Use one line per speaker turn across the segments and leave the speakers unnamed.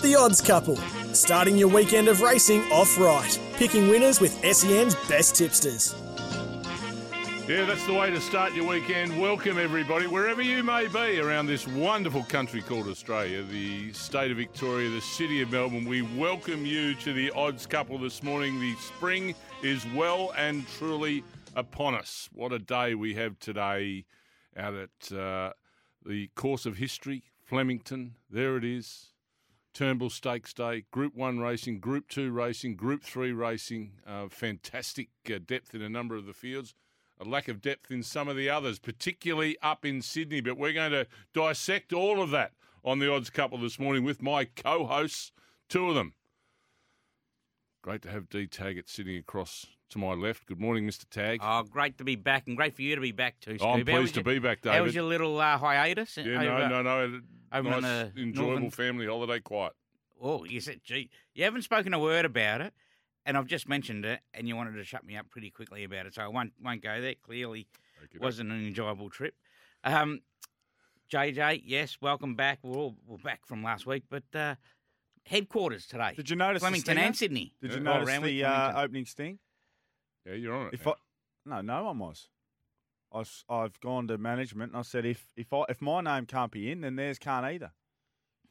The Odds Couple. Starting your weekend of racing off right. Picking winners with SEN's best tipsters.
Yeah, that's the way to start your weekend. Welcome, everybody, wherever you may be around this wonderful country called Australia, the state of Victoria, the city of Melbourne. We welcome you to the odds couple this morning. The spring is well and truly upon us. What a day we have today out at uh, the course of history, Flemington. There it is. Turnbull Stakes Day, Group 1 racing, Group 2 racing, Group 3 racing. Uh, fantastic uh, depth in a number of the fields. A lack of depth in some of the others, particularly up in Sydney. But we're going to dissect all of that on the odds couple this morning with my co hosts, two of them. Great to have D Taggett sitting across to my left. Good morning, Mr. Tag.
Oh, great to be back, and great for you to be back too. Steve.
I'm
How was
pleased to be
your-
back,
How was
David.
your little uh, hiatus?
yeah, no, no, no. had a
over on
Nice,
the
enjoyable
northern-
family holiday, quiet.
Oh, you said, gee, you haven't spoken a word about it, and I've just mentioned it, and you wanted to shut me up pretty quickly about it, so I won't won't go there. Clearly,
Okey-doke.
wasn't an enjoyable trip. Um, JJ, yes, welcome back. We're all we're back from last week, but uh, headquarters today.
Did you notice the
Flemington and
stinger?
Sydney?
Did you
Oh,
notice
Randwick,
the uh,
Flemington.
opening sting?
Yeah, you're on it.
If
now.
I, no, no one was. I s- I've gone to management and I said if if I if my name can't be in, then theirs can't either. uh,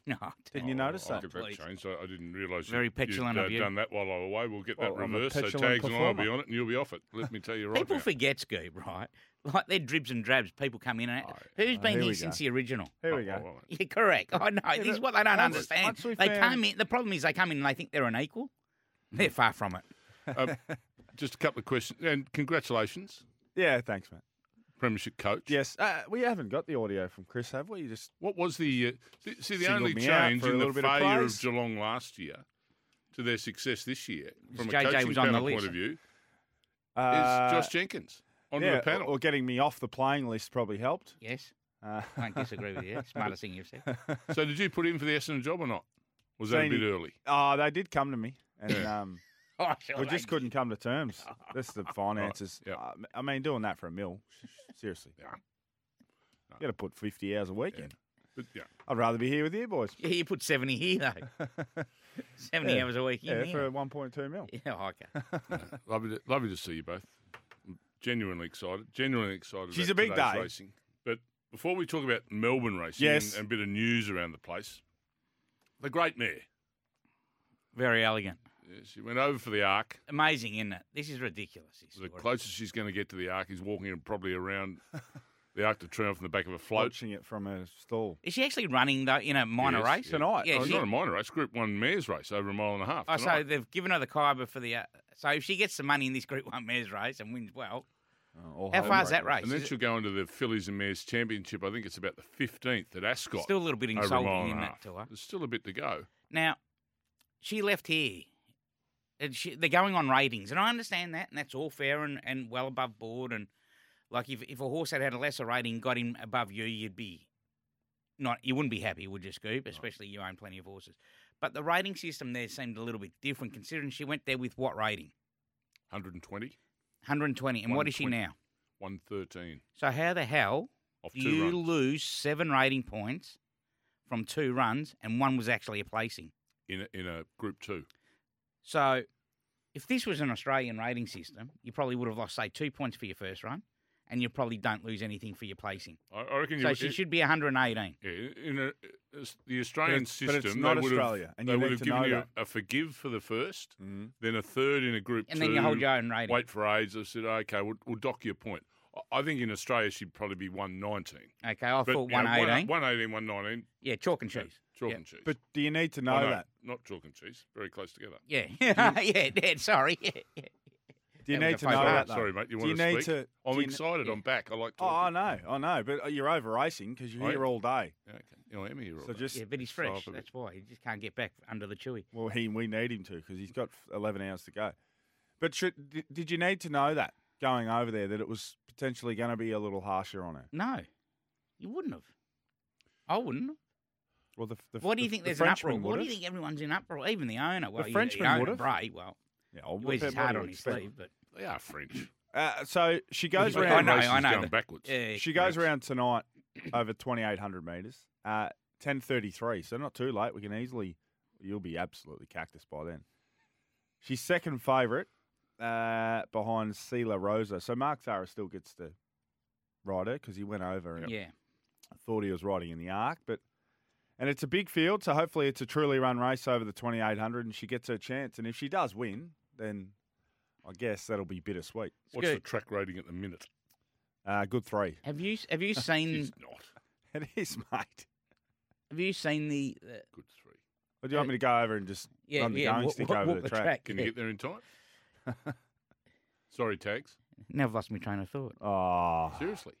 No, I
Didn't you
Oh,
notice
I'll get
that?
that
Please.
changed. I, I didn't realise
Very
you'd-
petulant
you'd,
of you.
done that while I was away. We'll get that
Well, I'm a
reversed. So
petulant
tags and I'll be
performer.
on it, and you'll be off it. Let me tell you right
People
now.
forget, Scoop, right? Like they're dribs and drabs. People come in and out. Who's
Oh,
been
here
here
we
since
go.
the original?
Here
Oh,
we go.
all right.
Yeah, correct. I know.
Yeah,
this is what
but
they don't
once-
understand.
once we
they
found-
come in. The problem is they come in and they think they're an equal. They're far from it.
Just a couple of questions, and congratulations,
Yeah, thanks, mate.
Premiership coach.
Yes, uh, we haven't got the audio from Chris, have we? You just
What was the uh, see- see the
Singled
only
me out
change
for a
in the
little bit of
failure of
praise.
Geelong last year to their success this year from a
JJ
coaching
was on the
panel point
list.
of view is
uh,
Josh Jenkins onto
yeah,
the panel.
or getting me off the playing list probably helped.
Yes,
Uh,
I don't disagree with you. Smartest thing you've said.
so did you put in for the Essendon job or not? Was that a
Seen-
bit early?
oh, they did come to me, and um,
Oh, sure
we
they
just
did.
couldn't come to terms. This is the finances.
yeah.
Uh, I mean, doing that for a mill, seriously.
Yeah.
You got to put 50 hours a week in.
But, yeah.
I'd rather be here with you boys.
Yeah, you put seventy here though. seventy
Yeah.
hours a week. in
Yeah,
there.
for 1.2 mil.
yeah, oh, okay.
Lovely to, lovely to see you both. I'm genuinely excited. Genuinely excited.
She's
about
a big
today's
day.
Racing. But before we talk about Melbourne racing
Yes.
and, and a bit of news around the place, the great mare.
Very elegant.
yeah, She went over for the arc.
Amazing, isn't it? This is ridiculous. This
The
story.
closest she's going to get to the arc is walking in probably around the arc to triumph in the back of a float.
Watching it from a stall.
Is she actually running though in a minor
Yes,
race
yeah.
Tonight.
Yeah,
oh,
she-
not a minor race, Group One mares race over a mile and a half.
Oh, so
tonight.
they've given her the Kyber for the. Uh, so if she gets some money in this Group One mares race and wins well,
Oh,
How
all
far is that
homebreakers.
race?
and then
is it-
she'll go into the Fillies and Mares Championship. I think it's about the fifteenth at Ascot.
still a little bit
over a mile
insulting
and
in
a
that
half.
to her.
There's still a bit to go.
Now, she left here. And she, they're going on ratings, and I understand that, and that's all fair and, and well above board. And like, if, if a horse that had a lesser rating got him above you, you'd be not you wouldn't be happy, would you, Scoop? Especially you own plenty of horses. But the rating system there seemed a little bit different, considering she went there with what rating?
120,
120, and what is she
120.
now?
113
So how the hell
off
do
two
you
runs.
lose seven rating points from two runs, and one was actually a placing?
in a, in a group two.
So, if this was an Australian rating system, you probably would have lost, say, two points for your first run, and you probably don't lose anything for your placing.
I, I reckon.
So
you,
she
it-
should be 118.
yeah, in a the Australian
it's- but
system,
it's not
they would
Australia,
have,
and
they
you
would
need
have
to
given
know
you
that. Mm-hmm.
a forgive for the 1st then a third in a group
And then you hold
two,
your own rating.
Wait for aids. I said, okay, we'll, we'll dock your point. I- I think in Australia she'd probably be one nineteen.
Okay, I
But,
thought
you know,
Oh, one eighteen.
One eighteen, one nineteen.
Yeah, chalk and cheese.
Chalk
Yeah.
and cheese.
But do you need to know
Oh, no,
that?
Not chalk and cheese. Very close together.
Yeah, yeah, yeah. Sorry. Yeah, yeah.
Do you
That was
need
a
to
fake
know
Sorry,
that? though?
sorry, mate. You
Do
want to
need
speak?
to-
I'm
do you-
excited. I'm back. I like
Oh, I
talking.
know, I know, but you're over racing because you're
Right.
here all day.
Oh, okay. You know, I am here. all
So
day.
just
Yeah, but he's
Throw
fresh.
up a bit.
That's why he just can't get back under the chewy.
well, he we need him to because he's got 11 hours to go. But should, did, did you need to know that going over there that it was potentially going to be a little harsher on her?
No, you wouldn't have. I wouldn't. have.
Well, the, the
What do you
the-
think?
the
There's
Frenchman
an uproar.
would
What do you
have.
think everyone's in uproar? Even the owner. Well, you-
Frenchman
you own
would
a
have.
Bray. Well,
Yeah, I'll
he wears his heart on his sleeve. But
They are French.
Uh, so she goes
But
I
the
know,
round.
race is
I know.
Going
that-
backwards.
yeah,
She goes
correct.
around tonight over 2,800 metres, uh, 10.33, so not too late. We can easily, you'll be absolutely cactus by then. She's second favourite uh, behind Sela Rosa. So Mark Zara still gets to ride her because he went over and
Yeah.
thought he was riding in the arc. But And it's a big field, so hopefully it's a truly run race over the 2,800 and she gets her chance. And if she does win, then I guess that'll be bittersweet.
What's the
good.
track rating at the minute?
Uh, good three.
Have you have you seen
It's not
It is, mate.
have you seen the uh,
good three.
Or do you want me to go over and just
yeah
run the
yeah
going
walk-
stick
walk-
over
walk
the, track?
Can you
yeah.
get there in time? Sorry, tags.
Now I've lost my train of thought.
Oh,
Seriously,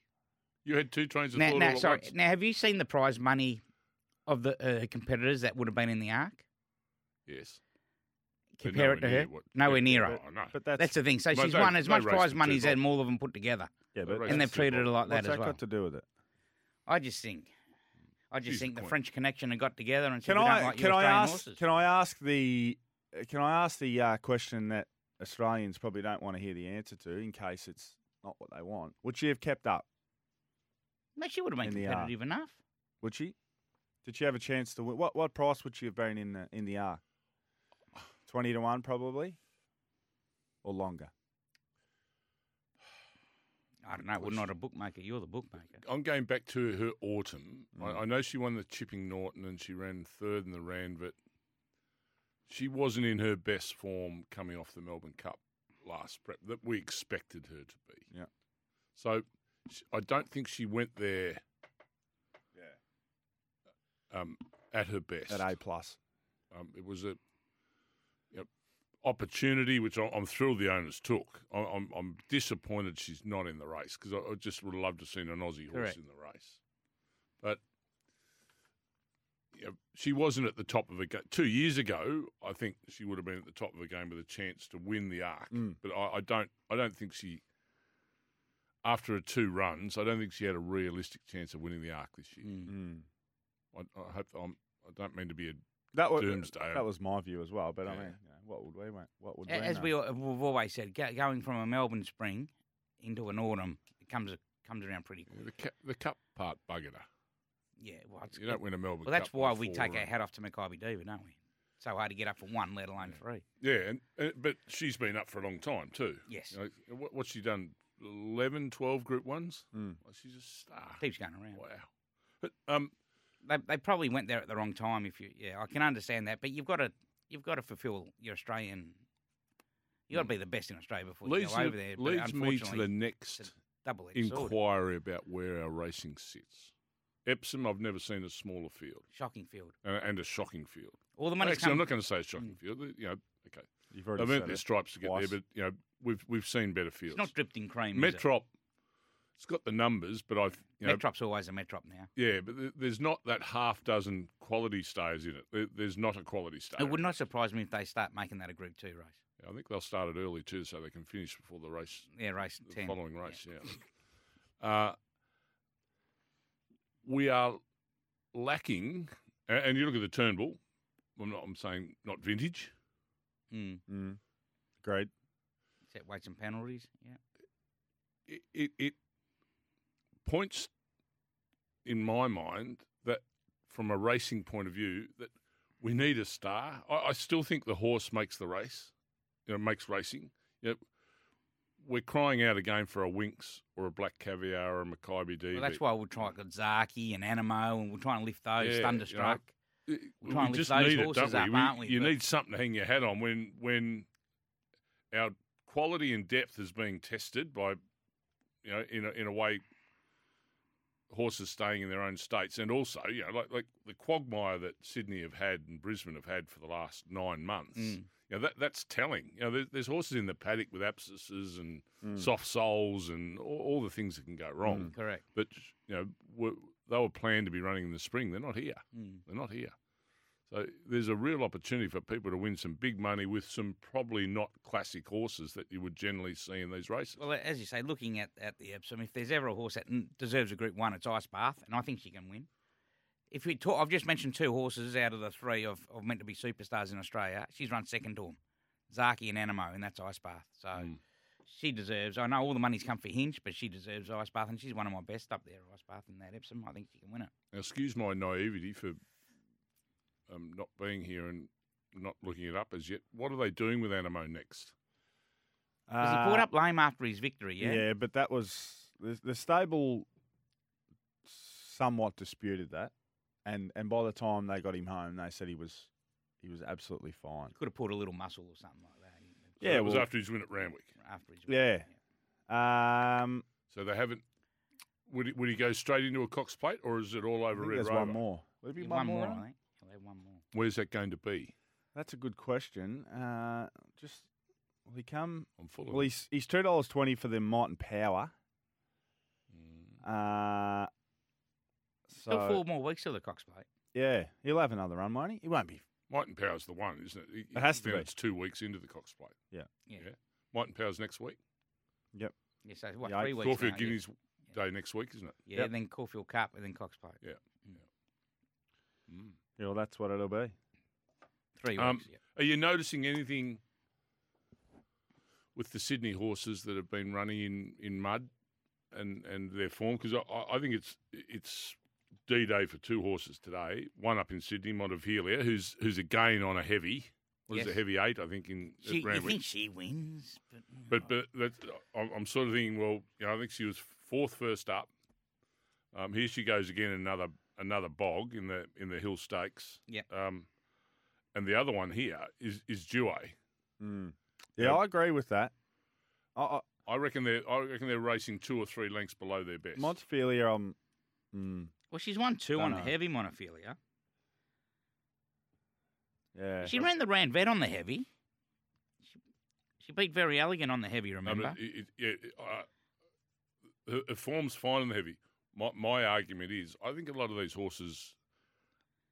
you had two trains of
Now,
thought
now,
all at
sorry.
once.
Now, have you seen the prize money of the uh, competitors that would have been in the arc?
Yes. But
Compare it to
nowhere
her.
near what-
Nowhere
yeah,
near
yeah,
her.
but- oh, no.
but that's,
That's the thing. So
Mate,
she's
they-
won as
they
much
raised
prize
the two
money as
bob.
all of them put together,
yeah,
Right.
but
Raised
and
the
they've
two
treated it
bob.
like that
what's
as
that
well.
got to do with it?
I just think, I just
She's the
think the
queen.
French connection have got together and said
Can
we don't
I
like your
can I
Australian
ask
horses.
can I ask the uh, can I ask the uh, question that Australians probably don't want to hear the answer to in case it's not what they want? Would she have kept up?
Mate, she would have been
in the arc?
competitive enough.
Would she? Did she have a chance to win? What what price would she have been in the in the arc? Twenty to one, probably, or longer.
I don't know. We're not a bookmaker. You're the bookmaker.
I'm going back to her autumn.
Mm.
I, I know she won the Chipping Norton and she ran third in the Rand, but she wasn't in her best form coming off the Melbourne Cup last prep that we expected her to be.
Yeah.
So sh I don't think she went there. Yeah. Um, at her best.
At A plus.
Um, it was a you know, opportunity which I- I'm thrilled the owners took. I- I'm, I'm disappointed she's not in the race because I, I just would have loved to have seen an Aussie horse
Correct.
in the race, but. you know, She wasn't at the top of a game two years ago. I think she would have been at the top of a game with a chance to win the arc.
Mm.
But I, I don't. I don't think she. After her two runs, I don't think she had a realistic chance of winning the arc this year.
Mm.
I, I hope I'm. I don't mean to be a
That was
Doomsday.
that was my view as well. But I
Yeah.
mean, you know, what would we want? What would
A- As
know?
we, al- we've always said, go, going from a Melbourne spring into an autumn, it comes comes around pretty quick.
The, cu- the cup part buggered her.
Yeah, well, it's,
You don't win a Melbourne
well that's
Cup by
why we
four
take our
and-
hat off to Maccabi Diva, don't we? It's so hard to get up for one, let alone three.
Yeah, and, uh, but she's been up for a long time too.
Yes.
You know, what, what's she done? 11, 12 group ones?
Mm.
Well, she's a star.
Keeps going around.
Wow. But, um,
They, they probably went there at the wrong time. If you, yeah, I can understand that, but you've got to you've got to fulfil your Australian. You got to be the best in Australia before you
leads,
go over
Mm. me-
there. but
leads me to the
unfortunately, it's
next
a double-edged sword.
inquiry about where our racing sits. Epsom, I've never seen a smaller field
Shocking field.
and, and a shocking field.
All the money's
Actually, I'm
coming.
not going to say a shocking
Hmm.
field. You know, okay.
You've already
They've
said
earned their
it.
stripes to get
Twice.
there, but you know, we've we've seen better fields.
It's not dripped in cream. is it?
Metrop, it's got the numbers, but I've you know,
Metrop's always a Metrop now.
Yeah, but th- there's not that half dozen quality stays in it. There- There's not a quality stay.
It would not surprise me if they start making that a Group Two race.
Yeah, I think they'll start it early too, so they can finish before the race,
Yeah, race
the
ten.
following race. Yeah. Uh, we are lacking, a- and you look at the Turnbull. I'm not. I'm saying not vintage.
Mm.
Mm. Great.
Set weights and penalties. Yeah.
It, it, it points, in my mind, that from a racing point of view, that we need a star. I, I still think the horse makes the race. you know, makes racing. You know, we're crying out again for a Winks or a Black Caviar or a Maccabi D.
Well, that's why we'll try Godzaki and Animo, and we'll try and lift those
Yeah, you know,
Thunderstruck.
Uh, we
We'll try and lift
just
those
need it, don't
horses
we?
up,
We-
aren't we?
You
But-
need something to hang your hat on when when our quality and depth is being tested by, you know, in a, in a way, horses staying in their own states, and also, you know, like like the quagmire that Sydney have had and Brisbane have had for the last nine months.
Mm.
You know, that that's telling. You know, there, there's horses in the paddock with abscesses and
Mm.
soft soles and all, all the things that can go wrong.
Correct.
But you know, were, they were planned to be running in the spring. They're not here.
Hmm.
Mm.
They're not here. So there's a real opportunity for people to win some big money with some probably not classic horses that you would generally see in these races.
Well, as you say, looking at, at the Epsom, if there's ever a horse that n- deserves a Group One, it's Ice Bath, and I think she can win. If we talk, I've just mentioned two horses out of the three of, of meant to be superstars in Australia. She's run second to them, Zaki and Animo, and that's Ice Bath. So
Mm.
she deserves. I know all the money's come for Hinch, but she deserves Ice Bath, and she's one of my best up there, Ice Bath, in that Epsom. I think she can win it.
now, excuse my naivety for um, not being here and not looking it up as yet. What are they doing with Animo next?
Because he
Uh,
brought up lame after his victory, yeah?
but that was the, the stable somewhat disputed that, and and by the time they got him home, they said he was he was absolutely fine.
Could have pulled a little muscle or something like that.
So
Yeah,
it was
well-
after his win at Ramwick.
After his
Yeah. Um,
So they haven't. Would he, would he go straight into a Cox Plate, or is it all
I
over
think
Red
there's
Rover?
one more. Would it be
Yeah, One more,
on?
I think. He'll have one more.
Where's that going to be?
That's a good question. Uh, just will he come?
I'm full of
Well, he's he's two dollars twenty for the Might and Power. Uh,
Still four
so
more weeks till the Cox plate.
yeah, he'll have another run, won't he? He won't be.
Might and Power's the one, isn't it?
It has to
then
be.
It's two weeks into the Cox Plate.
Yeah.
Yeah.
Yeah. Might and Power's next week.
Yep.
Yeah, so what,
Yeah,
three
I-
weeks
Caulfield
now, yeah.
Guineas Day next week, isn't it?
Yeah,
Yep.
then Caulfield Cup and then Cox plate.
Yeah.
Yeah, well, that's what it'll be.
Three weeks,
Um,
yeah.
Are you noticing anything with the Sydney horses that have been running in, in mud and, and their form? Because I- I, I think it's it's D Day for two horses today. One up in Sydney, Montevilia, who's who's again on a heavy. What is a
Yes.
heavy eight? I think in at
She, you
Randwick.
think she wins?
But
But,
but that's, I'm, I'm sort of thinking, well, you know, I think she was fourth first up. Um, here she goes again, another another bog in the in the hill stakes.
Yep.
Um, and the other one here is is Due.
Mm. Yeah,
Yeah.
I agree with that. I, I,
I reckon they're I reckon they're racing two or three lengths below their best.
Montefilia, um, mm,
well, she's won two on
Dunno.
heavy monophilia.
yeah,
She ran the Rand Vet on the heavy. She, she beat Very Elegant on the heavy,
No,
remember?
but Um, it, it, yeah, it, uh, her, her form's fine in the heavy. My, my argument is, I think a lot of these horses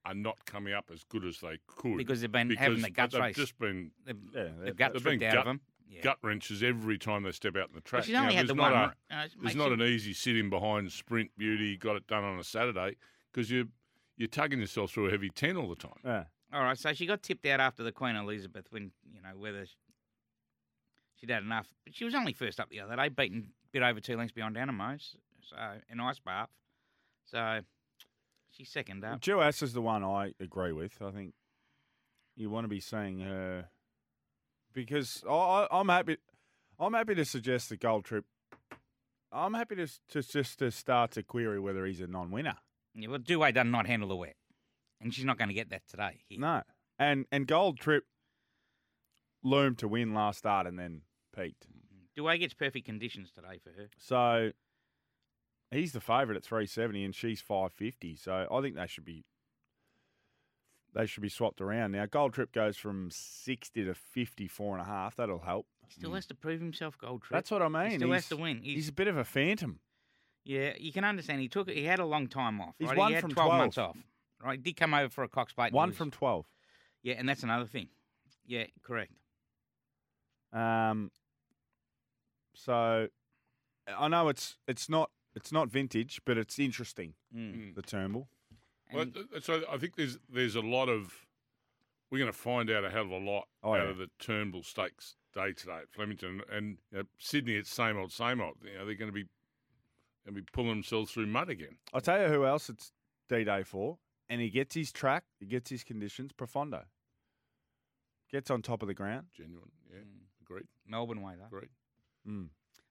are not coming up as good as they could
Because they've been having
because
the guts
they've
race.
Just been
the,
Yeah,
the
they've-
guts
they've been
ripped out
gut-
of them. Yeah.
gut wrenches every time they step out in the track.
But she's
Now,
only had
there's
the
not
one.
a-
run. Uh, it
There's
makes
not
it-
an easy sitting behind sprint beauty. Got it done on a Saturday because you you're tugging yourself through a heavy ten all the time.
yeah.
All right, so she got tipped out after the Queen Elizabeth when, you know, whether sh- she'd had enough. But she was only first up the other day, beaten a bit over two lengths beyond Anamos, so an ice bath. So she's second up.
Jewess is the one I agree with. I think you want to be seeing her because I, I, I'm happy. I'm happy to suggest the Gold Trip. I'm happy to, s- to just to start to query whether he's a non-winner.
Yeah, well, Douay does not handle the wet, and she's not going to get that today. here.
No, and and Gold Trip loomed to win last start and then peaked.
Douay gets perfect conditions today for her.
So he's the favourite at three seventy, and she's five fifty. So I think they should be they should be swapped around. Now Gold Trip goes from sixty to fifty four and a half. That'll help.
He still has to prove himself gold trip.
Mm. That's what I mean.
He still
he's,
has to win.
He's,
He's,
a bit of a phantom.
yeah, you can understand. He took he had a long time off.
He's
right?
one
he had
from
12, months
12.
off. Right, he did come over for a Cox Plate. and
One
lose.
from twelve.
yeah, and that's another thing. Yeah, correct.
Um, so I know it's it's not it's not vintage, but it's interesting.
Mm.
The Turnbull.
Well,
And-
th- so I think there's there's a lot of we're going to find out a hell of a lot
Oh,
out
yeah.
of the Turnbull Stakes day today at Flemington and you know, Sydney. It's same old, same old. You know, they're going to be going to be pulling themselves through mud again.
I'll tell you who else it's D Day for. And he gets his track, he gets his conditions, Profondo. Gets on top of the ground.
Genuine, yeah,
Mm.
agreed,
Melbourne way though.
agreed.
Mm.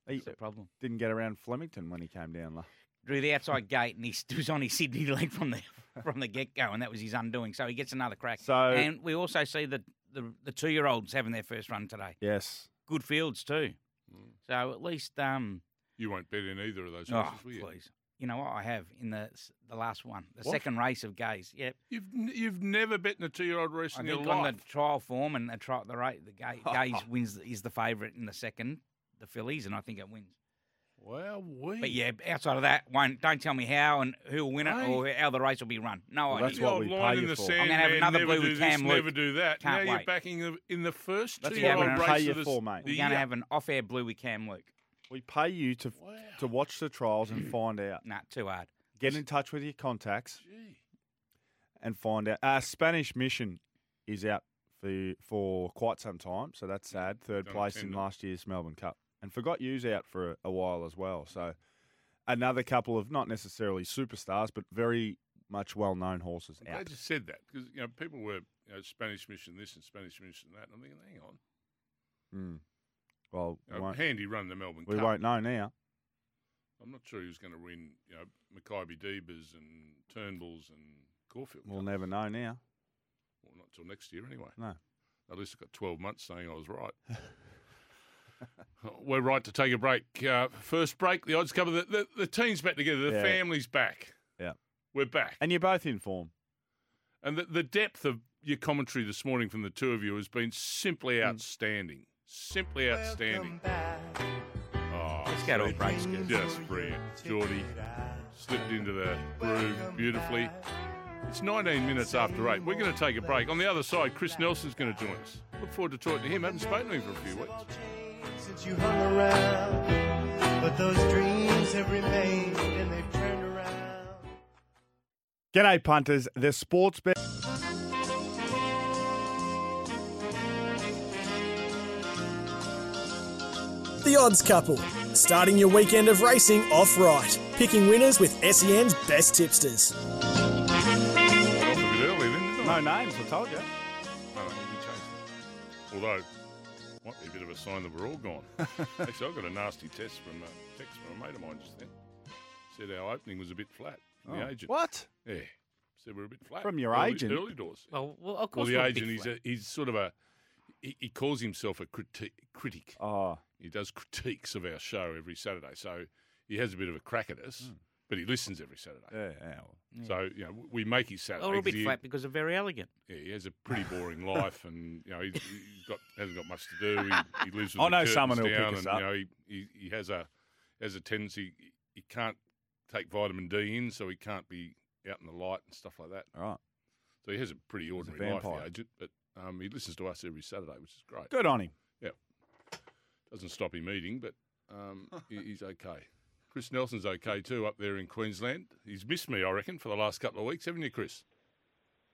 He
That's the problem.
didn't get around Flemington when he came down. la-
Drew the outside gate, and he st- was on his Sydney leg from the from the get go, and that was his undoing. So he gets another crack.
So-
and we also see the the, the two year olds having their first run today.
Yes.
Good fields too.
Mm.
So at least um,
You won't bet in either of those
oh,
horses, will you?
please, you know what I have in the s- the last one, the
What?
second race of Gaze. Yep,
You've n- you've never bet in a two year old race
I
in your
think on the
life.
trial form and the trial the rate the Gaze, Gaze wins is the favourite in the second, the fillies, and I think it wins.
Well, we.
But yeah, outside of that, won't don't tell me how and who will win it
Hey.
or how the race will be run. No
Well,
idea.
that's what we
line
pay
in
you
the
for. I'm
sand,
gonna have
man,
another
never
blue
do
with
this,
Cam
never
Luke.
do that.
Can't
now you're
wait.
backing the, in the first
That's
two
what
year
we
old
pay
race
you
of the,
for, mate.
the
We're going to
year.
have an off-air blue with Cam Luke.
We pay you to to watch the trials and find out.
Nah, too hard.
Get in touch with your contacts and find out. Uh, Spanish Mission is out for for quite some time, so that's sad. Third
Don't
place in
attend it.
last year's Melbourne Cup, and forgot you's out for a, a while as well. So another couple of not necessarily superstars, but very much well known horses
I'm
out.
glad you said that because you know people were you know, Spanish mission this and Spanish mission that. And I'm thinking, hang on,
Mm. Well,
you know,
won't-
handy run the Melbourne
we
Oh, Cup.
won't know now.
I'm not sure who's going to win. You know, Mackay Debers and Turnbulls and Caulfield.
We'll
Cups.
never know now.
Well, not till next year anyway.
No.
At least I've got 12 months saying I was right. We're right to take a break. Uh, first break, the odds cover. The, the, the team's back together. The
Yeah.
family's back.
Yeah.
We're back.
And you're both in form.
And the, the depth of your commentary this morning from the two of you has been simply outstanding. Simply outstanding. Oh,
Let's go to a
see,
break, Scoot.
Just brilliant. Geordie slipped into the groove beautifully. It's 19 minutes after 8. We're going to take a break. On the other side, Chris Nelson's going to join us. Look forward to talking to him. haven't spoken to him for a few weeks.
Since you hung around, but those dreams have remained and they've turned around.
G'day, punters. The sports bet.
The Odds Couple, starting your weekend of racing off right, picking winners with SEN's best tipsters.
Off a bit early, then, didn't I?
No names, I told you.
No, no, we changed it. Although, might be a bit of a sign that we're all gone. Actually, I got a nasty test from a text from a mate of mine just then. Said our opening was a bit flat. from The
Oh,
agent.
What?
Yeah. Said we're a bit flat.
From your
early,
agent?
Early doors.
Well, well of
Well,
course.
the agent, he's, a, he's sort of a. He, he calls himself a criti- critic.
Oh,
He does critiques of our show every Saturday. So he has a bit of a crack at us, but he listens every Saturday.
yeah. Hmm. yeah.
So, you know, we make his Saturday.
a little
'cause
bit
he-
flat because they're very elegant.
yeah, he has a pretty boring life, and you know he's, he's got hasn't got much to do. He, he lives. With
I
the
know someone
curtains
who'll
down
pick
and,
us up.
You know, he, he, he has a has a tendency. He, he can't take vitamin D in, so he can't be out in the light and stuff like that.
All right.
So he has a pretty ordinary life,
vampire.
the agent. But um, he listens to us every Saturday, which is great.
Good on him.
Doesn't stop him eating, but um, he, he's okay. Chris Nelson's okay too up there in Queensland. He's missed me, I reckon, for the last couple of weeks, haven't you, Chris?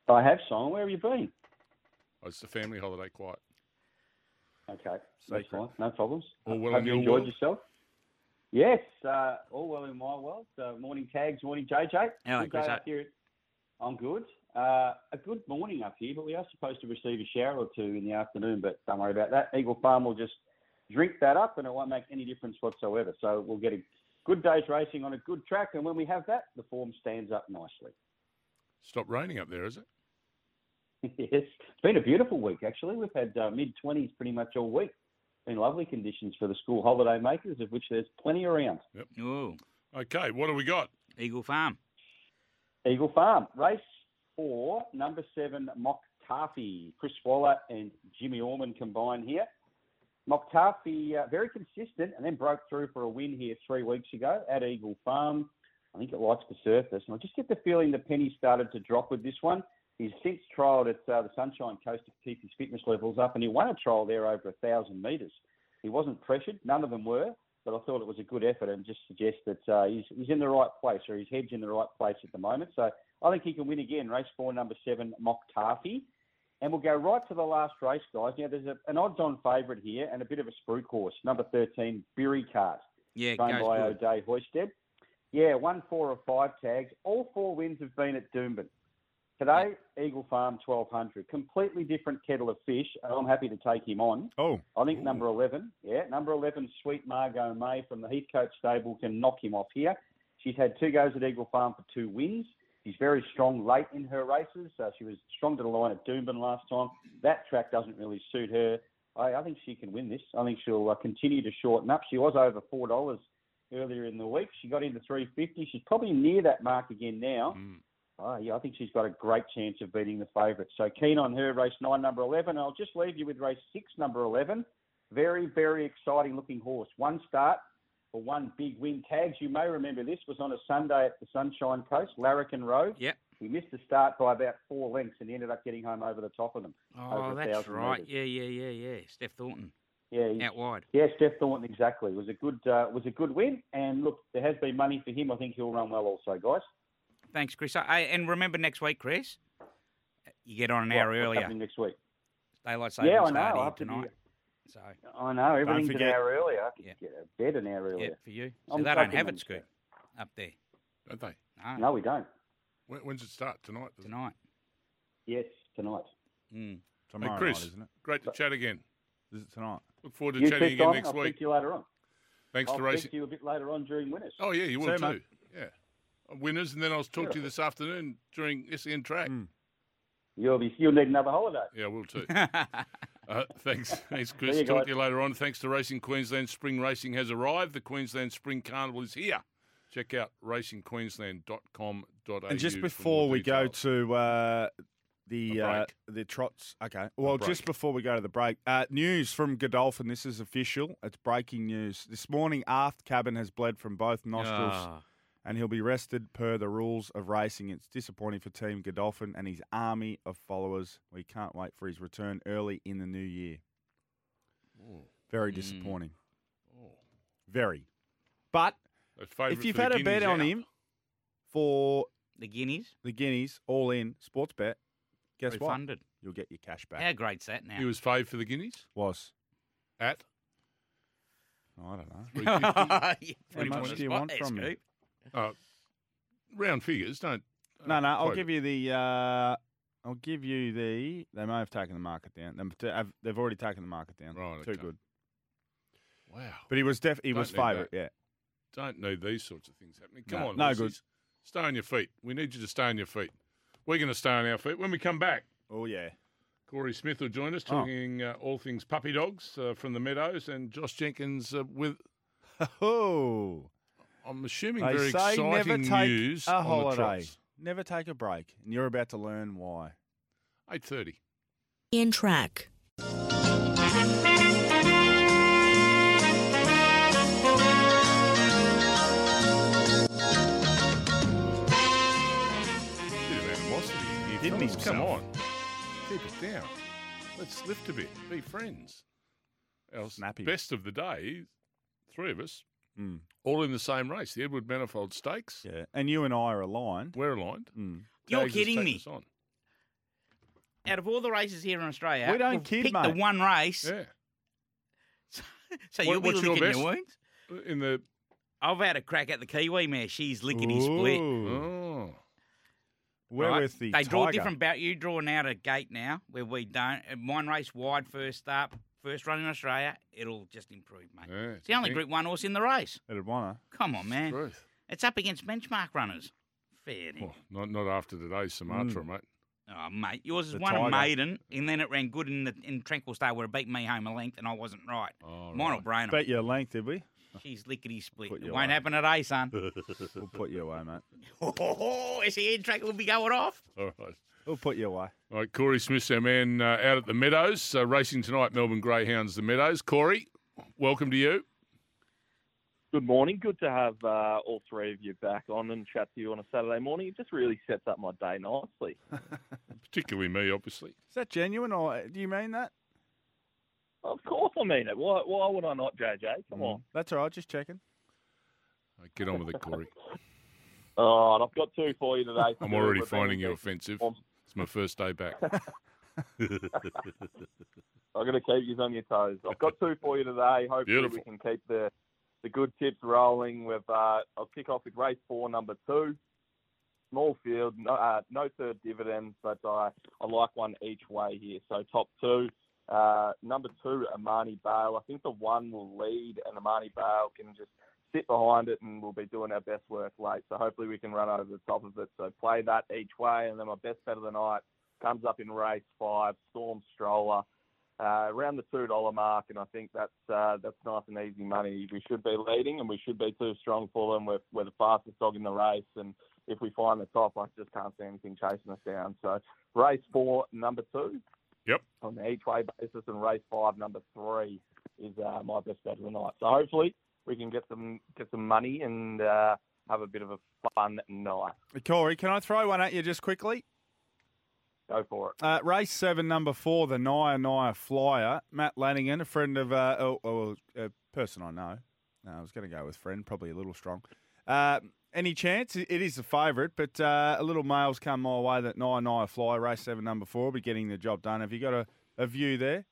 I have, Simon. Where have you been?
Oh, it's the family holiday, quiet.
Okay, that's
Sacred.
fine. No problems.
All well
Hope
in
you
your
enjoyed
world?
yourself. Yes, uh, all well in my world. So morning tags, morning JJ.
How are you,
good day
Chris? uh,
up here. I'm good. Uh, a good morning up here, but we are supposed to receive a shower or two in the afternoon. But don't worry about that. Eagle Farm will just drink that up, and it won't make any difference whatsoever. So we'll get a good day's racing on a good track, and when we have that, the form stands up nicely.
Stop raining up there, is it?
yes, it's been a beautiful week actually. We've had uh, mid twenties pretty much all week. Been lovely conditions for the school holiday makers, of which there's plenty around.
Oh,
Okay, what have we got?
Eagle Farm.
Eagle Farm race four, number seven, Moktafi. Chris Waller and Jimmy Orman combine here. Moktafi uh, very consistent, and then broke through for a win here three weeks ago at Eagle Farm. I think it likes the surface, and I just get the feeling the penny started to drop with this one. He's since trialled at uh, the Sunshine Coast to keep his fitness levels up, and he won a trial there over a thousand metres. He wasn't pressured, none of them were, but I thought it was a good effort and just suggests that uh, he's, he's in the right place or his head's in the right place at the moment. So I think he can win again, race four, number seven, Moktafi. And we'll go right to the last race, guys. Now, there's a, an odds on favourite here and a bit of a spook horse, number 13, Birry Cart,
Yeah, it
owned by
goes good.
O'Day Hoisted. Yeah, one, four, or five tags. All four wins have been at Doomben. Today, Eagle Farm 1200. Completely different kettle of fish. and I'm happy to take him on.
Oh,
I think number 11, yeah, number 11, Sweet Margot May from the Heathcote stable can knock him off here. She's had two goes at Eagle Farm for two wins. She's very strong late in her races. Uh, she was strong to the line at Doomben last time. That track doesn't really suit her. I, I think she can win this. I think she'll uh, continue to shorten up. She was over four dollars earlier in the week. She got into three fifty. She's probably near that mark again now.
Hmm.
Oh, yeah, I think she's got a great chance of beating the favourite. So keen on her, race nine, number 11. I'll just leave you with race six, number 11. Very, very exciting looking horse. One start for one big win. Tags, you may remember this, was on a Sunday at the Sunshine Coast, Larrikin Road.
Yep.
He missed the start by about four lengths and he ended up getting home over the top of them.
Oh,
over a
that's
thousand
right.
metres.
Yeah, yeah, yeah, yeah. Steph Thornton
Yeah, he's-
out wide.
yeah, Steph Thornton, exactly. It was a good, uh, was a good win. And look, there has been money for him. I think he'll run well also, guys.
Thanks, Chris. I, and remember next week, Chris, you get on an hour
What- what's
earlier.
happening next week.
Daylight savings
Yeah, I know.
start
I'll
here
have to be-
tonight. So
I know everything's an
forget-
hour earlier. I could
Yeah.
get a bed an hour earlier.
yeah, for you. So
I'm
they don't
sucking
have
on
it,
this
Scoop, up there.
don't they?
No,
No, we don't.
When, when's it start tonight? does it?
tonight.
Yes, tonight.
Mm.
tomorrow
hey, Chris,
night, isn't it?
great to chat again.
Is it tonight?
Look forward to
you
chatting
too,
again
Simon.
next
I'll speak
week.
to you later on.
Thanks
I'll
to
speak
Racing.
to you a bit later on during winners.
Oh yeah, you
See
will
you,
too.
mate.
Yeah, winners, and then I'll talk to you this afternoon during SEN
Hmm.
track.
You'll be. You'll need another holiday.
Yeah, I will too. uh, thanks, thanks, Chris.
you
Talk
go.
to you later on. Thanks to Racing Queensland, spring racing has arrived. The Queensland Spring Carnival is here. Check out racingqueensland.com.au.
And just
for
before
more
we go
details.
to uh, the
A
uh,
break.
the trots, okay. Well,
break.
just before we go to the break, uh, news from Godolphin. This is official. It's breaking news this morning. Aft Cabin has bled from both nostrils,
Ah.
and he'll be rested per the rules of racing. It's disappointing for Team Godolphin and his army of followers. We can't wait for his return early in the new year. Very
Hmm.
disappointing. Very. But
That's favourite
if you've
for the
had a
Guineas
bet on
out.
him for
The Guineas
the guineas all in sports bet. Guess what?
refunded.
You'll get your cash back.
How great's that now?
he was favourite for the Guineas
Was
at
I don't know.
350.
How much do you want from me?
uh, round figures. Don't uh,
No, no. I'll
quote
give you the. Uh, I'll give you the. They may have taken the market down. They've- They've, they've already taken the market down.
Right,
Too
okay.
good.
Wow,
But he was def. He
Don't
was
need that.
favourite. Yeah.
don't need these sorts of things happening. Come
No,
on,
no
horses.
good.
Stay on your feet. We need you to stay on your feet. We're going to stay on our feet when we come back.
Oh yeah.
Corey Smith will join us
Oh.
talking uh, all things puppy dogs uh, from the meadows, and Josh Jenkins uh, with,
Oh.
I'm assuming,
They
very
say
exciting
never take
news
a
on the
holiday.
trots.
Never take a break, and you're about to learn why.
8.30.
In track.
Bit of animosity here,
Hidden
fellas. Come
himself.
on. Keep it down. Let's lift a bit. Be friends. Our
Snappy.
best of the day, three of us,
Mm.
all in the same race, the Edward Manifold Stakes.
Yeah. And you and I are aligned.
We're aligned.
Mm.
You're
Tags has
kidding
taken
me.
us on.
Out of all the races here in Australia,
We don't
we've
kid,
picked the
mate.
one race,
Yeah.
so
What-
you'll be
what's your
licking your,
best?
wounds.
In the.
I've had a crack at the Kiwi mare. She's lickety split.
Ooh.
Oh.
We're
right?
with the
They draw
Tiger.
different bout. You drawing out a gate now where we don't. And Mine race wide first up, first run in Australia. It'll just improve, mate.
Yeah,
it's the only
think-
Group One horse in the race.
It'd wanna.
Come on, man.
Truth.
It's up against benchmark runners. Fair. dinkum.
Well, not, not after today's Sumatra, mate.
Oh, mate, yours is
The
one a
Tiger.
maiden, and then it ran good in the in Tranquil Star where it beat me home a length, and I wasn't right.
Oh,
Mine will
right.
brain 'em.
Bet your length, did we?
She's lickety split.
Put
It
you
won't
on.
happen today, son.
We'll put you away, mate.
oh, SEN track will be going off.
All right.
We'll put you away.
All right, Corey Smith's our man uh, out at the Meadows, uh, racing tonight, Melbourne Greyhounds, the Meadows. Corey, welcome to you.
Good morning. Good to have uh, all three of you back on and chat to you on a Saturday morning. It just really sets up my day nicely.
particularly me, obviously.
Is that genuine, or uh, do you mean that?
Of course, I mean it. Why, why would I not, JJ? Come on.
Mm. That's all right. Just checking.
Right, Uh, get on with it, Corey.
All right, I've got two for you today.
I'm already
We've been
finding you
engaged-
offensive. It's my first day back.
I'm going to keep you on your toes. I've got two for you today. Hopefully,
Beautiful.
we can keep the the good tips rolling. With uh, I'll kick off with race four, number two. small field, no, uh, no third dividends, but I, I like one each way here. So top two. Uh, number two, Amani Bale. I think the one will lead, and Amani Bale can just sit behind it, and we'll be doing our best work late. So hopefully we can run over the top of it. So play that each way, and then my best bet of the night comes up in race five, Storm Stroller, uh, around the two dollar mark, and I think that's uh, that's nice and easy money. We should be leading, and we should be too strong for them. We're, we're the fastest dog in the race, and if we find the top, I just can't see anything chasing us down. So race four, number two.
Yep.
On the each way basis, and race five, number three is uh, my best bet of the night. So hopefully we can get some get some money and uh, have a bit of a fun night.
Corey, can I throw one at you just quickly?
Go for it.
Uh, race seven, number four, the Naya Naya Flyer. Matt Lanigan, a friend of, uh, oh, oh, a person I know. No, I was going to go with friend, probably a little strong. Uh, any chance? It it is a favourite, but uh, a little mail's come my way that Naya Naya Flyer, race seven, number four, will be getting the job done. Have you got a, a view there?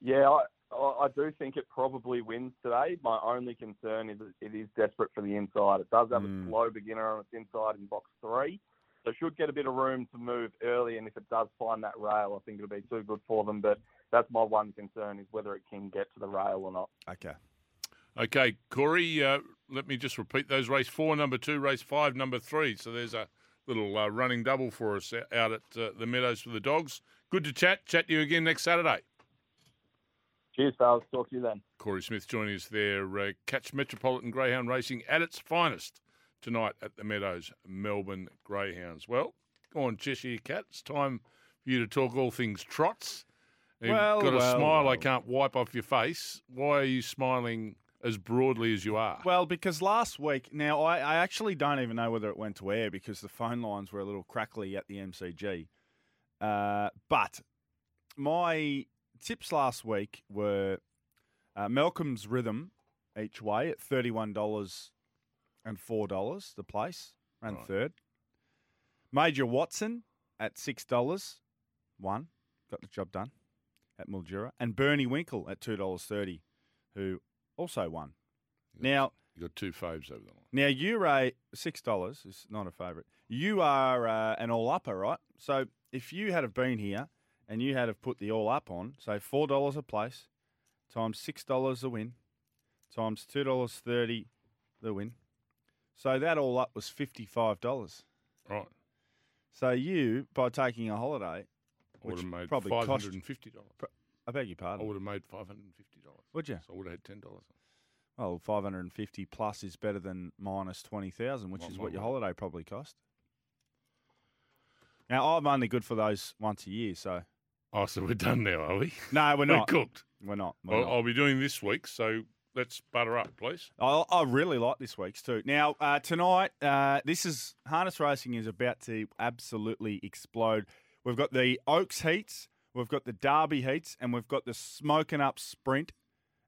Yeah, I, I I do think it probably wins today. My only concern is that it is desperate for the inside. It does have a slow beginner on its inside in box three, so it should get a bit of room to move early. And if it does find that rail, I think it'll be too good for them. But that's my one concern is whether it can get to the rail or not.
Okay.
Okay, Corey, uh, let me just repeat those race four, number two, race five, number three. So there's a little uh, running double for us out at uh, the Meadows for the Dogs. Good to chat. Chat to you again next Saturday.
Cheers, fellas. Talk to you then.
Corey Smith joining us there. Uh, catch Metropolitan Greyhound Racing at its finest tonight at the Meadows, Melbourne Greyhounds. Well, go on, Cheshire Cat. It's time for you to talk all things trots. You've
Well,
got a
well,
smile I
well.
can't wipe off your face. Why are you smiling as broadly as you are?
Well, because last week, now I, I actually don't even know whether it went to air because the phone lines were a little crackly at the MCG. Uh, but my tips last week were uh, Malcolm's Rhythm each way at $31 and $4, the place, and third. Major Watson at $6, one, got the job done at Mildura. And Bernie Winkle at $2.30, who also won. Now,
You got two faves over the line.
now you Ray six dollars is not a favourite. You are uh, an all upper, right? So if you had have been here and you had have put the all up on, so four dollars a place, times six dollars a win, times two dollars thirty the win. So that all up was fifty five dollars.
Right.
So you by taking a
I
holiday,
would
which
have made
probably
five
cost.
hundred and fifty dollars.
I beg your
I
pardon.
would have made five hundred and fifty dollars.
Would you?
So I would have had ten dollars.
Well, five hundred and fifty plus is better than minus twenty thousand, which
Well,
is
my
what your
word.
holiday probably cost. Now I'm only good for those once a year, so
Oh, so we're done now, are we?
no, we're
We're
not.
cooked.
We're not. We're
I'll,
not.
I'll be doing this week, so let's butter up, please.
I, I really like this week's too. Now uh, tonight, uh, this is harness racing is about to absolutely explode. We've got the Oaks heats, we've got the Derby heats, and we've got the smoking up sprint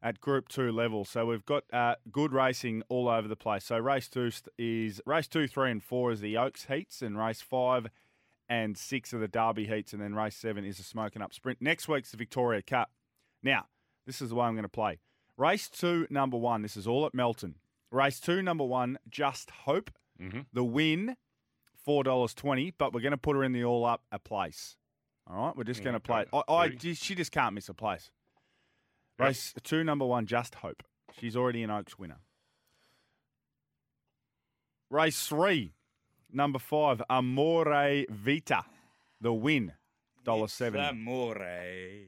at Group Two level. So we've got uh, good racing all over the place. So race two st- is race two, three, and four is the Oaks heats, and race five and six are the Derby heats, and then race seven is the smoking up sprint. Next week's the Victoria Cup. Now, this is the way I'm going to play. Race two, number one. This is all at Melton. Race two, number one, Just Hope. The win, $4.20, but we're going to put her in the all up a place. All right, we're just going to play it. I, I, she just can't miss a place. Race two, number one, Just Hope. She's already an Oaks winner. Race three, number five, Amore Vita. The win, $1.70.
um, Amore.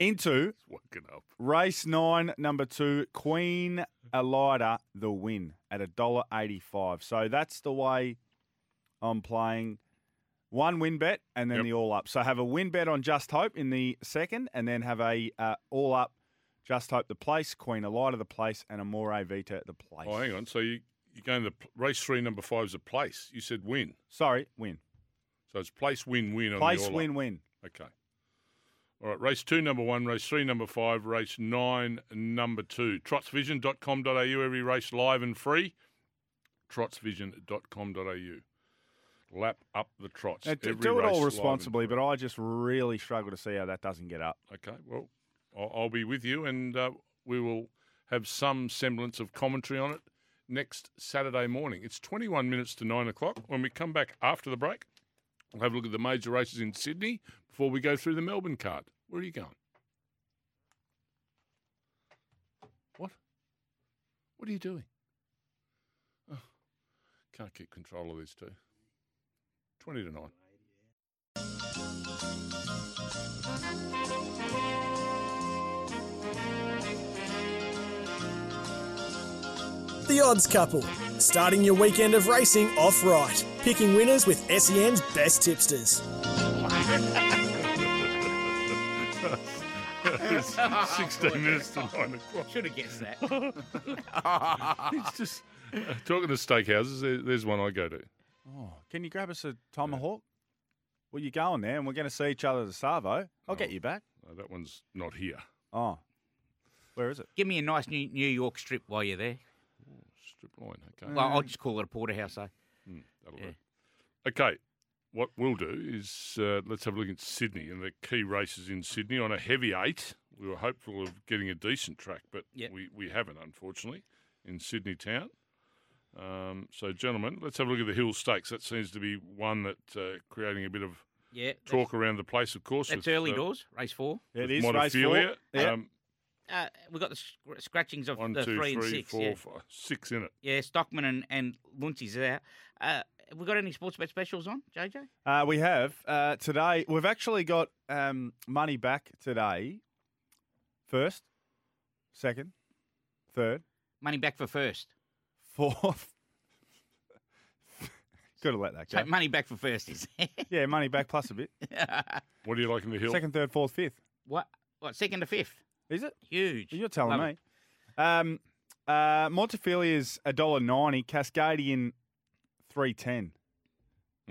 Into
It's woken up.
Race nine, number two, Queen Elida, the win at a dollar eighty-five. So that's the way I'm playing. One win bet and then
Yep.
the all up. So have a win bet on Just Hope in the second, and then have a uh, all up Just Hope the place, Queen Elida the place, and Amore Vita the place.
Oh, hang on. So you you're going to pl- race three, number five is a place. You said win,
Sorry, win.
so it's place win win on the
Place
all-up.
win win.
Okay. All right, race two, number one, race three, number five, race nine, number two. Trotsvision.com.au, every race live and free. Trotsvision.com.au. Lap up the trots.
Now, do
every
uh, do it
race live
all
and
responsibly,
free.
but I just really struggle to see how that doesn't get up.
Okay, well, I'll, I'll be with you and uh, we will have some semblance of commentary on it next Saturday morning. It's 21 minutes to 9 o'clock. When we come back after the break, we'll have a look at the major races in Sydney before we go through the Melbourne card. Where are you going? What? What are you doing? Oh, can't keep control of these two. 20 to 9.
The Odds Couple, starting your weekend of racing off right, picking winners with SEN's best tipsters.
It's 16 minutes to 9 o'clock.
Should have guessed that.
It's just uh, talking to steakhouses. there- There's one I go to.
Oh, can you grab us a tomahawk? Well, you're going there, and we're going to see each other at the Savo. I'll
Oh.
get you back.
No, that one's not here.
Oh, where is it?
Give me a nice New, New York strip while you're there.
Strip line. Okay.
Well, I'll just call it a porterhouse, though.
Mm, that'll do. Okay. What we'll do is uh, let's have a look at Sydney and the key races in Sydney on a heavy eight. We were hopeful of getting a decent track, but
Yep.
we, we haven't, unfortunately, in Sydney town. Um, so, gentlemen, let's have a look at the Hill Stakes. That seems to be one that uh, creating a bit of
Yeah.
talk around the place, of course.
That's
with,
early
uh,
doors, race four.
It
with
is race four.
Monophilia.
Yeah.
Um,
Uh, we got the scr- scratchings of
one,
the
two,
three, and
three,
six.
four,
yeah.
five- six in it.
yeah, Stockman and, and Lunty's there. Uh, have we got any sports bet specials on, JJ?
Uh, we have uh, today. We've actually got um, money back today. First, second, third,
Money back for first.
fourth. Got to let that
So
go.
money back for first is
Yeah, money back plus a bit.
What do you like in the Hill?
Second, third, fourth, fifth.
what? What second to fifth?
Is it?
Huge.
You're telling
Love
me.
it.
Um, uh, Montefiore is a dollar ninety. Cascadian three ten.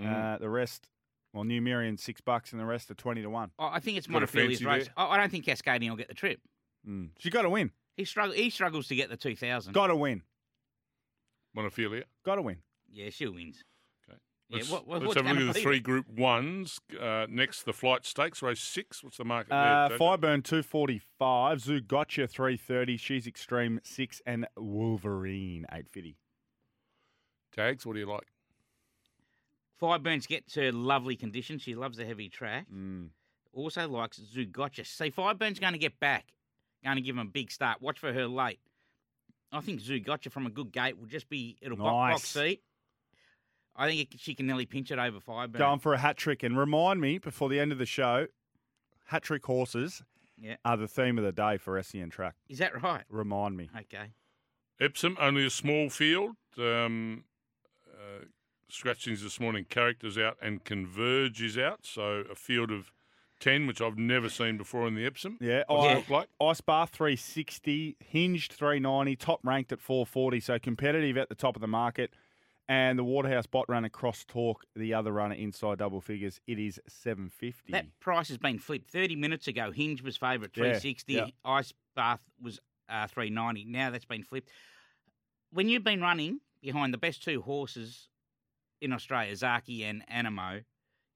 Mm.
Uh, the rest, well, New Merion six bucks, and the rest are twenty to one.
I I think it's
Got a
Montefiori's
fancy
race.
there.
I, I don't think Cascadian will get the trip.
Mm. She got to win.
He struggle. He struggles to get the two thousand.
Got to win.
Monophilia.
Got to win.
Yeah, she wins.
Okay.
Yeah,
Let's,
what- what-
let's
what's
have a
gonna
look at the
be
three
there?
Group Ones. Uh, next, the Flight Stakes race six. What's the market
Uh,
there? Jojo?
Fireburn two forty five. Zoo gotcha three thirty. She's extreme six, and Wolverine eight fifty.
Tags. What do you like?
Fireburns gets her lovely condition. She loves the heavy track.
Mm.
Also likes Zugotcha. See, Fireburn's going to get back. Going to give him a big start. Watch for her late. I think Zugotcha from a good gate will just be, it'll box, box
Nice.
seat. I think it, she can nearly pinch it over Fireburn.
Going for a hat trick, and remind me before the end of the show, hat trick horses
Yeah.
are the theme of the day for SEN track.
Is that right?
Remind me.
Okay.
Epsom. Only a small field. Um, uh, scratchings this morning. Characters out and Converge is out. So a field of ten, which I've never seen before in the Epsom.
Yeah,
What's it
Yeah.
look like?
Ice Bar 360, Hinged 390, top ranked at 440, so competitive at the top of the market. And the Waterhouse bot runner cross talk, the other runner inside double figures. It is 750.
That price has been flipped. 30 minutes ago, Hinge was favourite,
Yeah,
360.
yeah.
Ice Bath was uh, 390. Now that's been flipped. When you've been running behind the best two horses in Australia, Zaki and Animo,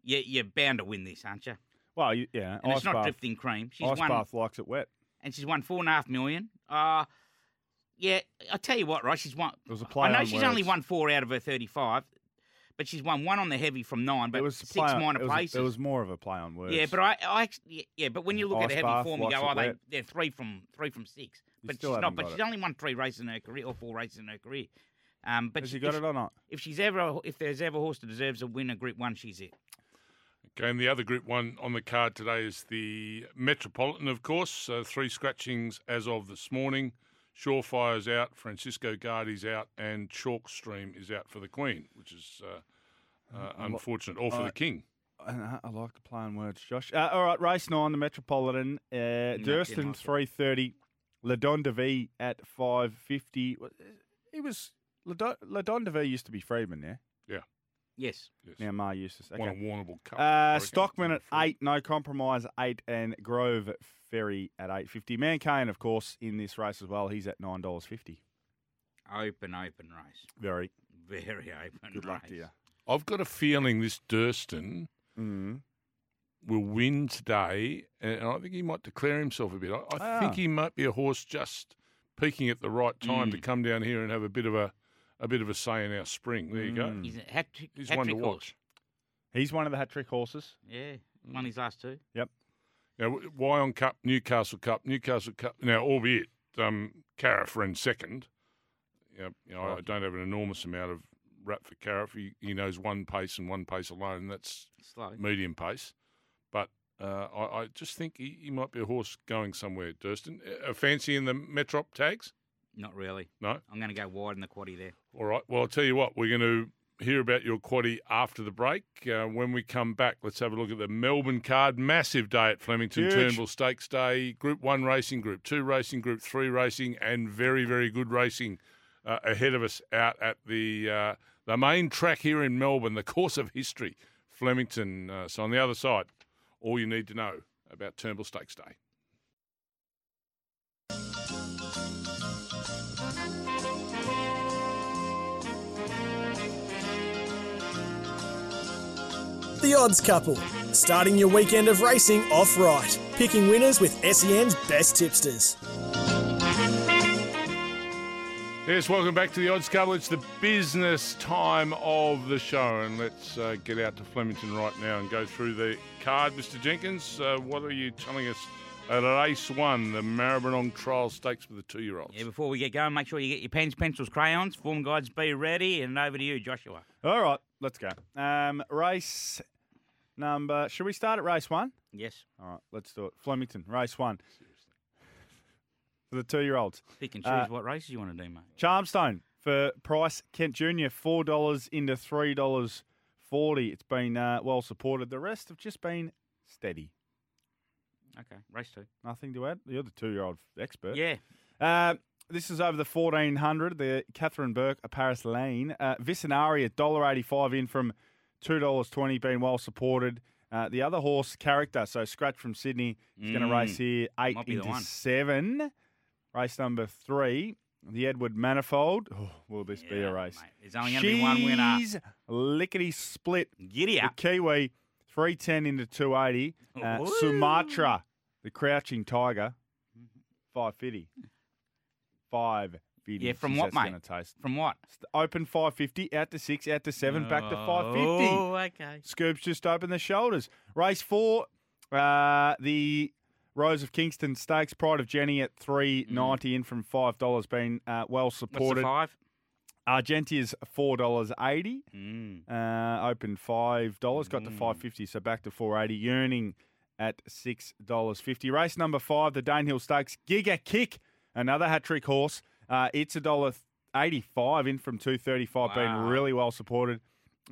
you, you're bound to win this, aren't you?
well, you, yeah,
And
Ice
it's not
Bath,
drifting cream. She's
Ice
won,
Bath likes it wet.
and she's won four and a half million. Uh yeah. I tell you what, right? She's won.
It was a play
I know
on
she's only
words.
won four out of her thirty-five, but she's won one on the heavy from nine, but
it was a
six
play on-
minor
it was,
places.
It was more of a play on words.
yeah, but I, I actually, yeah, but when you look at the
Ice
heavy
bath,
form, you
likes
go,
it
oh, they,
wet.
they're three from three from six,
You
but she's
still
not.
haven't
But
got
she's
it.
only won three races in her career or four races in her career. Um, but
Has
she-
she got
if,
it or not?
if she's ever, if there's ever a horse that deserves a win, a Group One, she's it.
Okay, and the other Group One on the card today is the Metropolitan, of course. Uh, three scratchings as of this morning. Surefire's out, Francisco Guardi's out, and Chalkstream is out for the Queen, which is uh,
Mm,
uh, unfortunate, or for
I-
the King.
And Uh-huh, I, I like the play on words, Josh. Uh, all right, race nine, the Metropolitan. Uh,
didn't
Durston
like it.
three thirty, Ladon de V at five fifty. uh, He was Ladon, Ladon de V used to be Freeman, yeah.
Yes.
Yes.
Now Ma used to.
Won a
Okay.
warnable cup. I
Uh,
reckon.
Stockman at eight, no compromise eight, and Grove Ferry at eight fifty. Mancane, of course, in this race as well. He's at nine dollars fifty.
Open, open race.
Very
Very open. race.
good luck to you.
I've got a feeling this Durston
Mm.
will win today, and I think he might declare himself a bit. I, I
Ah.
think he might be a horse just peaking at the right time to come down here and have a bit of a a bit of a say in our spring. There you go.
He's a hat trick-
Hmm. He's
hat
one
trick
to
horse.
watch.
He's one of the hat trick horses.
Yeah, won his last two.
Yep.
Now, w- Wyong Cup, Newcastle Cup, Newcastle Cup. Now, albeit um, Cariff ran second. You know, you know, I don't have an enormous amount of rap for Cariff. He, he knows one pace and one pace alone, and that's
Slow.
medium pace. But uh, I, I just think he, he might be a horse going somewhere, Durston. A- A fancy in the Metrop tags?
Not really.
No?
I'm going to go wide in the quaddy there.
All right. Well, I'll tell you what, we're going to hear about your quaddy after the break. Uh, when we come back, let's have a look at the Melbourne card. Massive day at Flemington
Huge.
Turnbull Stakes Day. Group one racing, group two racing, group three racing, and very, very good racing uh, ahead of us out at the, uh, the main track here in Melbourne, the course of history, Flemington. Uh, so on the other side, all you need to know about Turnbull Stakes Day.
The Odds Couple, starting your weekend of racing off right, picking winners with SEN's best tipsters.
Yes, welcome back to the Odds Couple. It's the business time of the show, and let's uh, get out to Flemington right now and go through the card. Mr. Jenkins, uh, what are you telling us at race one, the Maribyrnong Trial Stakes for the two-year-olds?
Yeah, before we get going, make sure you get your pens, pencils, crayons, form guides, be ready, and over to you, Joshua.
All right, let's go. Um, race number. Should we start at race one?
Yes,
All right, let's do it. Flemington, race one. For the two year olds.
pick and choose
Uh,
what races you want to do, mate.
Charmstone for Price Kent Jr. Four dollars into three dollars forty. It's been uh, well supported. The rest have just been steady.
Okay, race two.
Nothing to add. You're the two-year-old expert.
Yeah,
Uh, this is over the fourteen hundred. The Catherine Burke, a Paris Lane, uh, Vicinari at dollar eighty-five in from two dollars twenty, being well supported. Uh, the other horse, Character, so Scratch from Sydney, is going to
Mm.
race here eight
Might be the
into
one.
seven. Race number three, the Edward Manifold. Oh, will this be
Yeah,
a race?
mate. There's only going to be one winner.
She's lickety split.
Giddy up.
The Kiwi, 310 into 280. Uh,
Ooh.
Sumatra, the crouching tiger, 550. 550.
Yeah, from
Jeez,
what,
that's
mate?
Gonna taste.
From what?
It's the Open 550, out to 6, out to 7, back to 550.
Oh, okay.
Scoob's just opened the shoulders. Race four, uh, the Rose of Kingston Stakes, Pride of Jenny at three ninety in from five dollars, been uh, well
What's the
supported.
five?
Argentia's four dollars eighty.
Mm.
Uh, opened five dollars, got to five fifty, so back to four eighty. Yearning at six dollars fifty. Race number five, the Danehill Stakes, Giga Kick, another hat trick horse. Uh, it's a dollar eighty-five in from two
Wow.
thirty-five, being really well supported.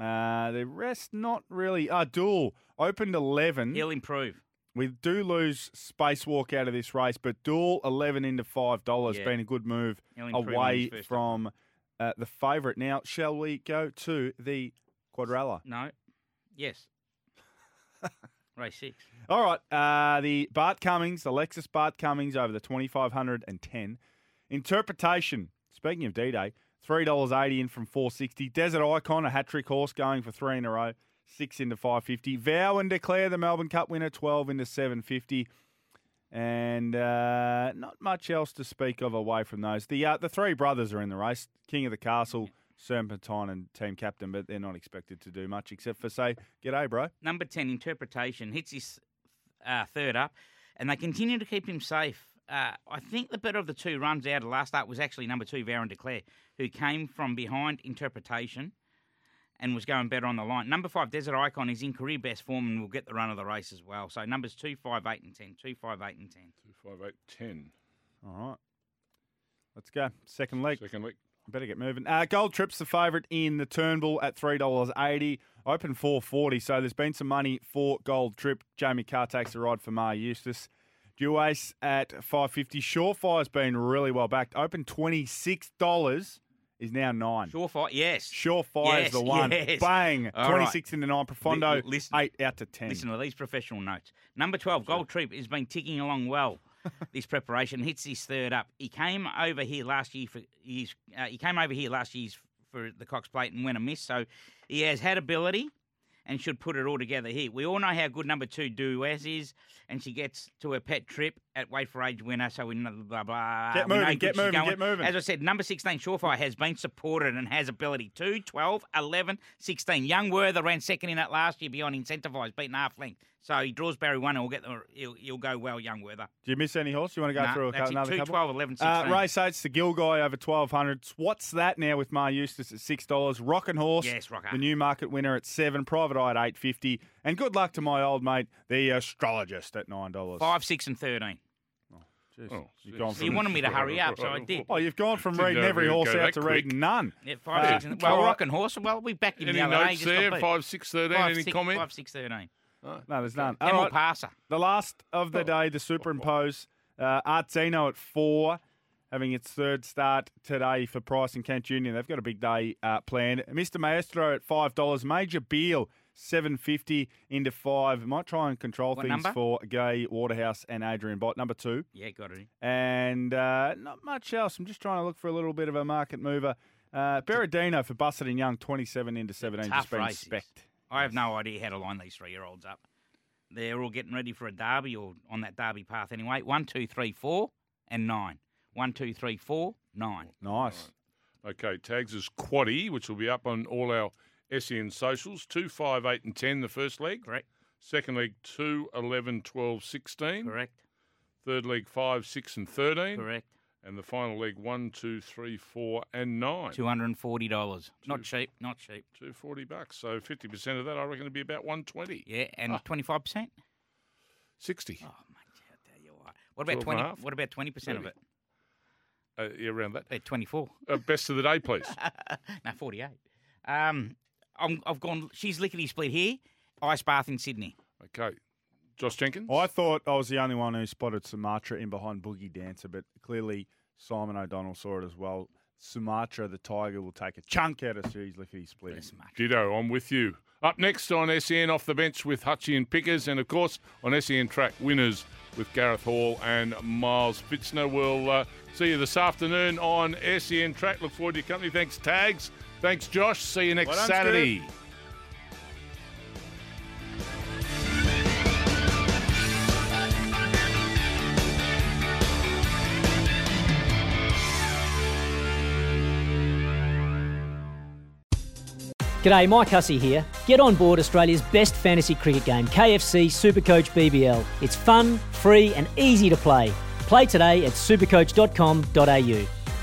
Uh, the rest not really. Ah, Duel opened eleven.
He'll improve.
We do lose spacewalk out of this race, but Duel eleven into five dollars,
Yeah.
been a good move
He'll improve on his
away
first
from uh, the favourite. Now, shall we go to the quadrilla?
No. Yes. race six.
All right, uh, the Bart Cummings, the Lexus Bart Cummings over the twenty five hundred and ten. Interpretation. Speaking of D Day, three dollars eighty in from four sixty. Desert Icon, a hat trick horse, going for three in a row, six into five fifty. Vow and declare the Melbourne Cup winner, twelve into seven fifty. And uh, not much else to speak of away from those. The uh, the three brothers are in the race: King of the Castle, Serpentine, and Team Captain. But they're not expected to do much except for say, "G'day, bro."
Number 10, interpretation, hits his uh, third up, and
Mm-hmm.
they continue to keep him safe. Uh, I think the better of the two runs out of last start was actually number two, Varon Declare, who came from behind interpretation and was going better on the line. Number five, Desert Icon, is in career best form and will get the run of the race as well. So numbers two, five, eight, and 10. Two, five, eight, and 10.
Hmm.
Two, five, eight, ten.
All right. Let's go. Second leg.
Second week.
Better get moving. Uh, Gold Trip's the favourite in the Turnbull at three dollars eighty. Open four forty. So there's been some money for Gold Trip. Jamie Carr takes a ride for Mar Eustace. Duace at five fifty. Surefire's been really well backed. Open twenty six dollars is now nine.
Surefire, yes.
Surefire
Yes,
is the one.
yes.
Bang.
All
Twenty
right.
six into nine. Profondo
Li- listen.
eight out to ten.
Listen to these professional notes. Number 12, Gold Troop has been ticking along well. this preparation hits his third up. He came over here last year for his, uh, he came over here last year's for the Cox Plate and went a miss. So he has had ability and should put it all together here. We all know how good number two Duas is, and she gets to her pet trip at Wait for Age winner, so we know blah blah.
Get
We know
moving,
good
get
she's
moving,
going.
get moving.
As I said, number 16, Surefire, has been supported and has ability. 2, 12, 11, 16. Young Werther ran second in that last year beyond incentivised, beaten half length. So he draws Barry one and will get the, he'll, he'll go well, Young Werther.
Do you miss any horse? You want to go
Nah,
through a,
that's it.
another
Two,
couple?
12, 11,
Uh,
16.
race eight's the Gilguy over twelve hundred. What's that now with Mar Eustace at six dollars? Rockin' horse,
Yes, Rocker.
The new market winner at seven. Private eye at eight fifty. And good luck to my old mate, the astrologist, at nine dollars.
5, 6, and 13.
Oh, you've gone
You wanted me to hurry up, so I did.
Oh, you've gone from
Didn't
reading
know
every
we'd
horse
go
out
that
to
quick.
reading none.
Yeah, five,
Uh,
six, and, well,
all right.
rocking horse. Well, we back in
Any
the other
notes
day. Just
there?
got beat.
Five, six, 13,
Five,
any
six-
comment?
Five, six, 13.
No, there's none.
Emil
Alright.
Passer.
The last of the day, the superimpose. Uh, Artino at four, having its third start today for Price and Kent Junior. They've got a big day uh, planned. Mr. Maestro at five dollars. Major Beal seven fifty into five. Might try and control
What
things
number?
for Gay Waterhouse and Adrian Bott. Number two
Yeah, got it.
and uh, not much else. I'm just trying to look for a little bit of a market mover. Uh, Berardino for Bussett and Young, 27 into 17,
Tough
just been
races.
spec.
I have no idea how to line these three year olds up. They're all getting ready for a derby or on that derby path anyway. One, two, three, four, and nine. One, two, three, four, nine.
Nice.
Okay, tags is Quaddy, which will be up on all our SEN socials. 2, 5, 8, and 10, the first leg.
Correct.
Second leg, 2, 11, 12, 16.
Correct.
Third leg, 5, 6, and 13.
Correct.
And the final leg, 1, 2, 3, 4, and 9.
Two hundred and forty dollars. Not cheap. Not cheap.
Two forty bucks. So fifty percent of that, I reckon, would be about one twenty.
Yeah, and twenty five percent.
Sixty.
Oh, mate, I tell you what. What
Twelve and
about
a
twenty?
half.
What about twenty percent of it? Ah.
Uh, yeah, around that.
At twenty four.
Uh, best of the day, please.
no, forty eight. Um, I'm, I've gone. She's lickety split here. Ice bath in Sydney.
Okay. Josh Jenkins.
I thought I was the only one who spotted Sumatra in behind Boogie Dancer, but clearly Simon O'Donnell saw it as well. Sumatra, the tiger, will take a chunk out of Series Lickety Split.
Ditto. I'm with you. Up next on SEN off the bench with Hutchie and Pickers, and of course on SEN track winners with Gareth Hall and Miles Fitzner. We'll uh, see you this afternoon on SEN track. Look forward to your company. Thanks, Tags. Thanks, Josh. See you next
Well done,
Saturday.
Scoot.
G'day, Mike Hussey here. Get on board Australia's best fantasy cricket game, KFC Supercoach BBL. It's fun, free, and easy to play. Play today at supercoach.com.au.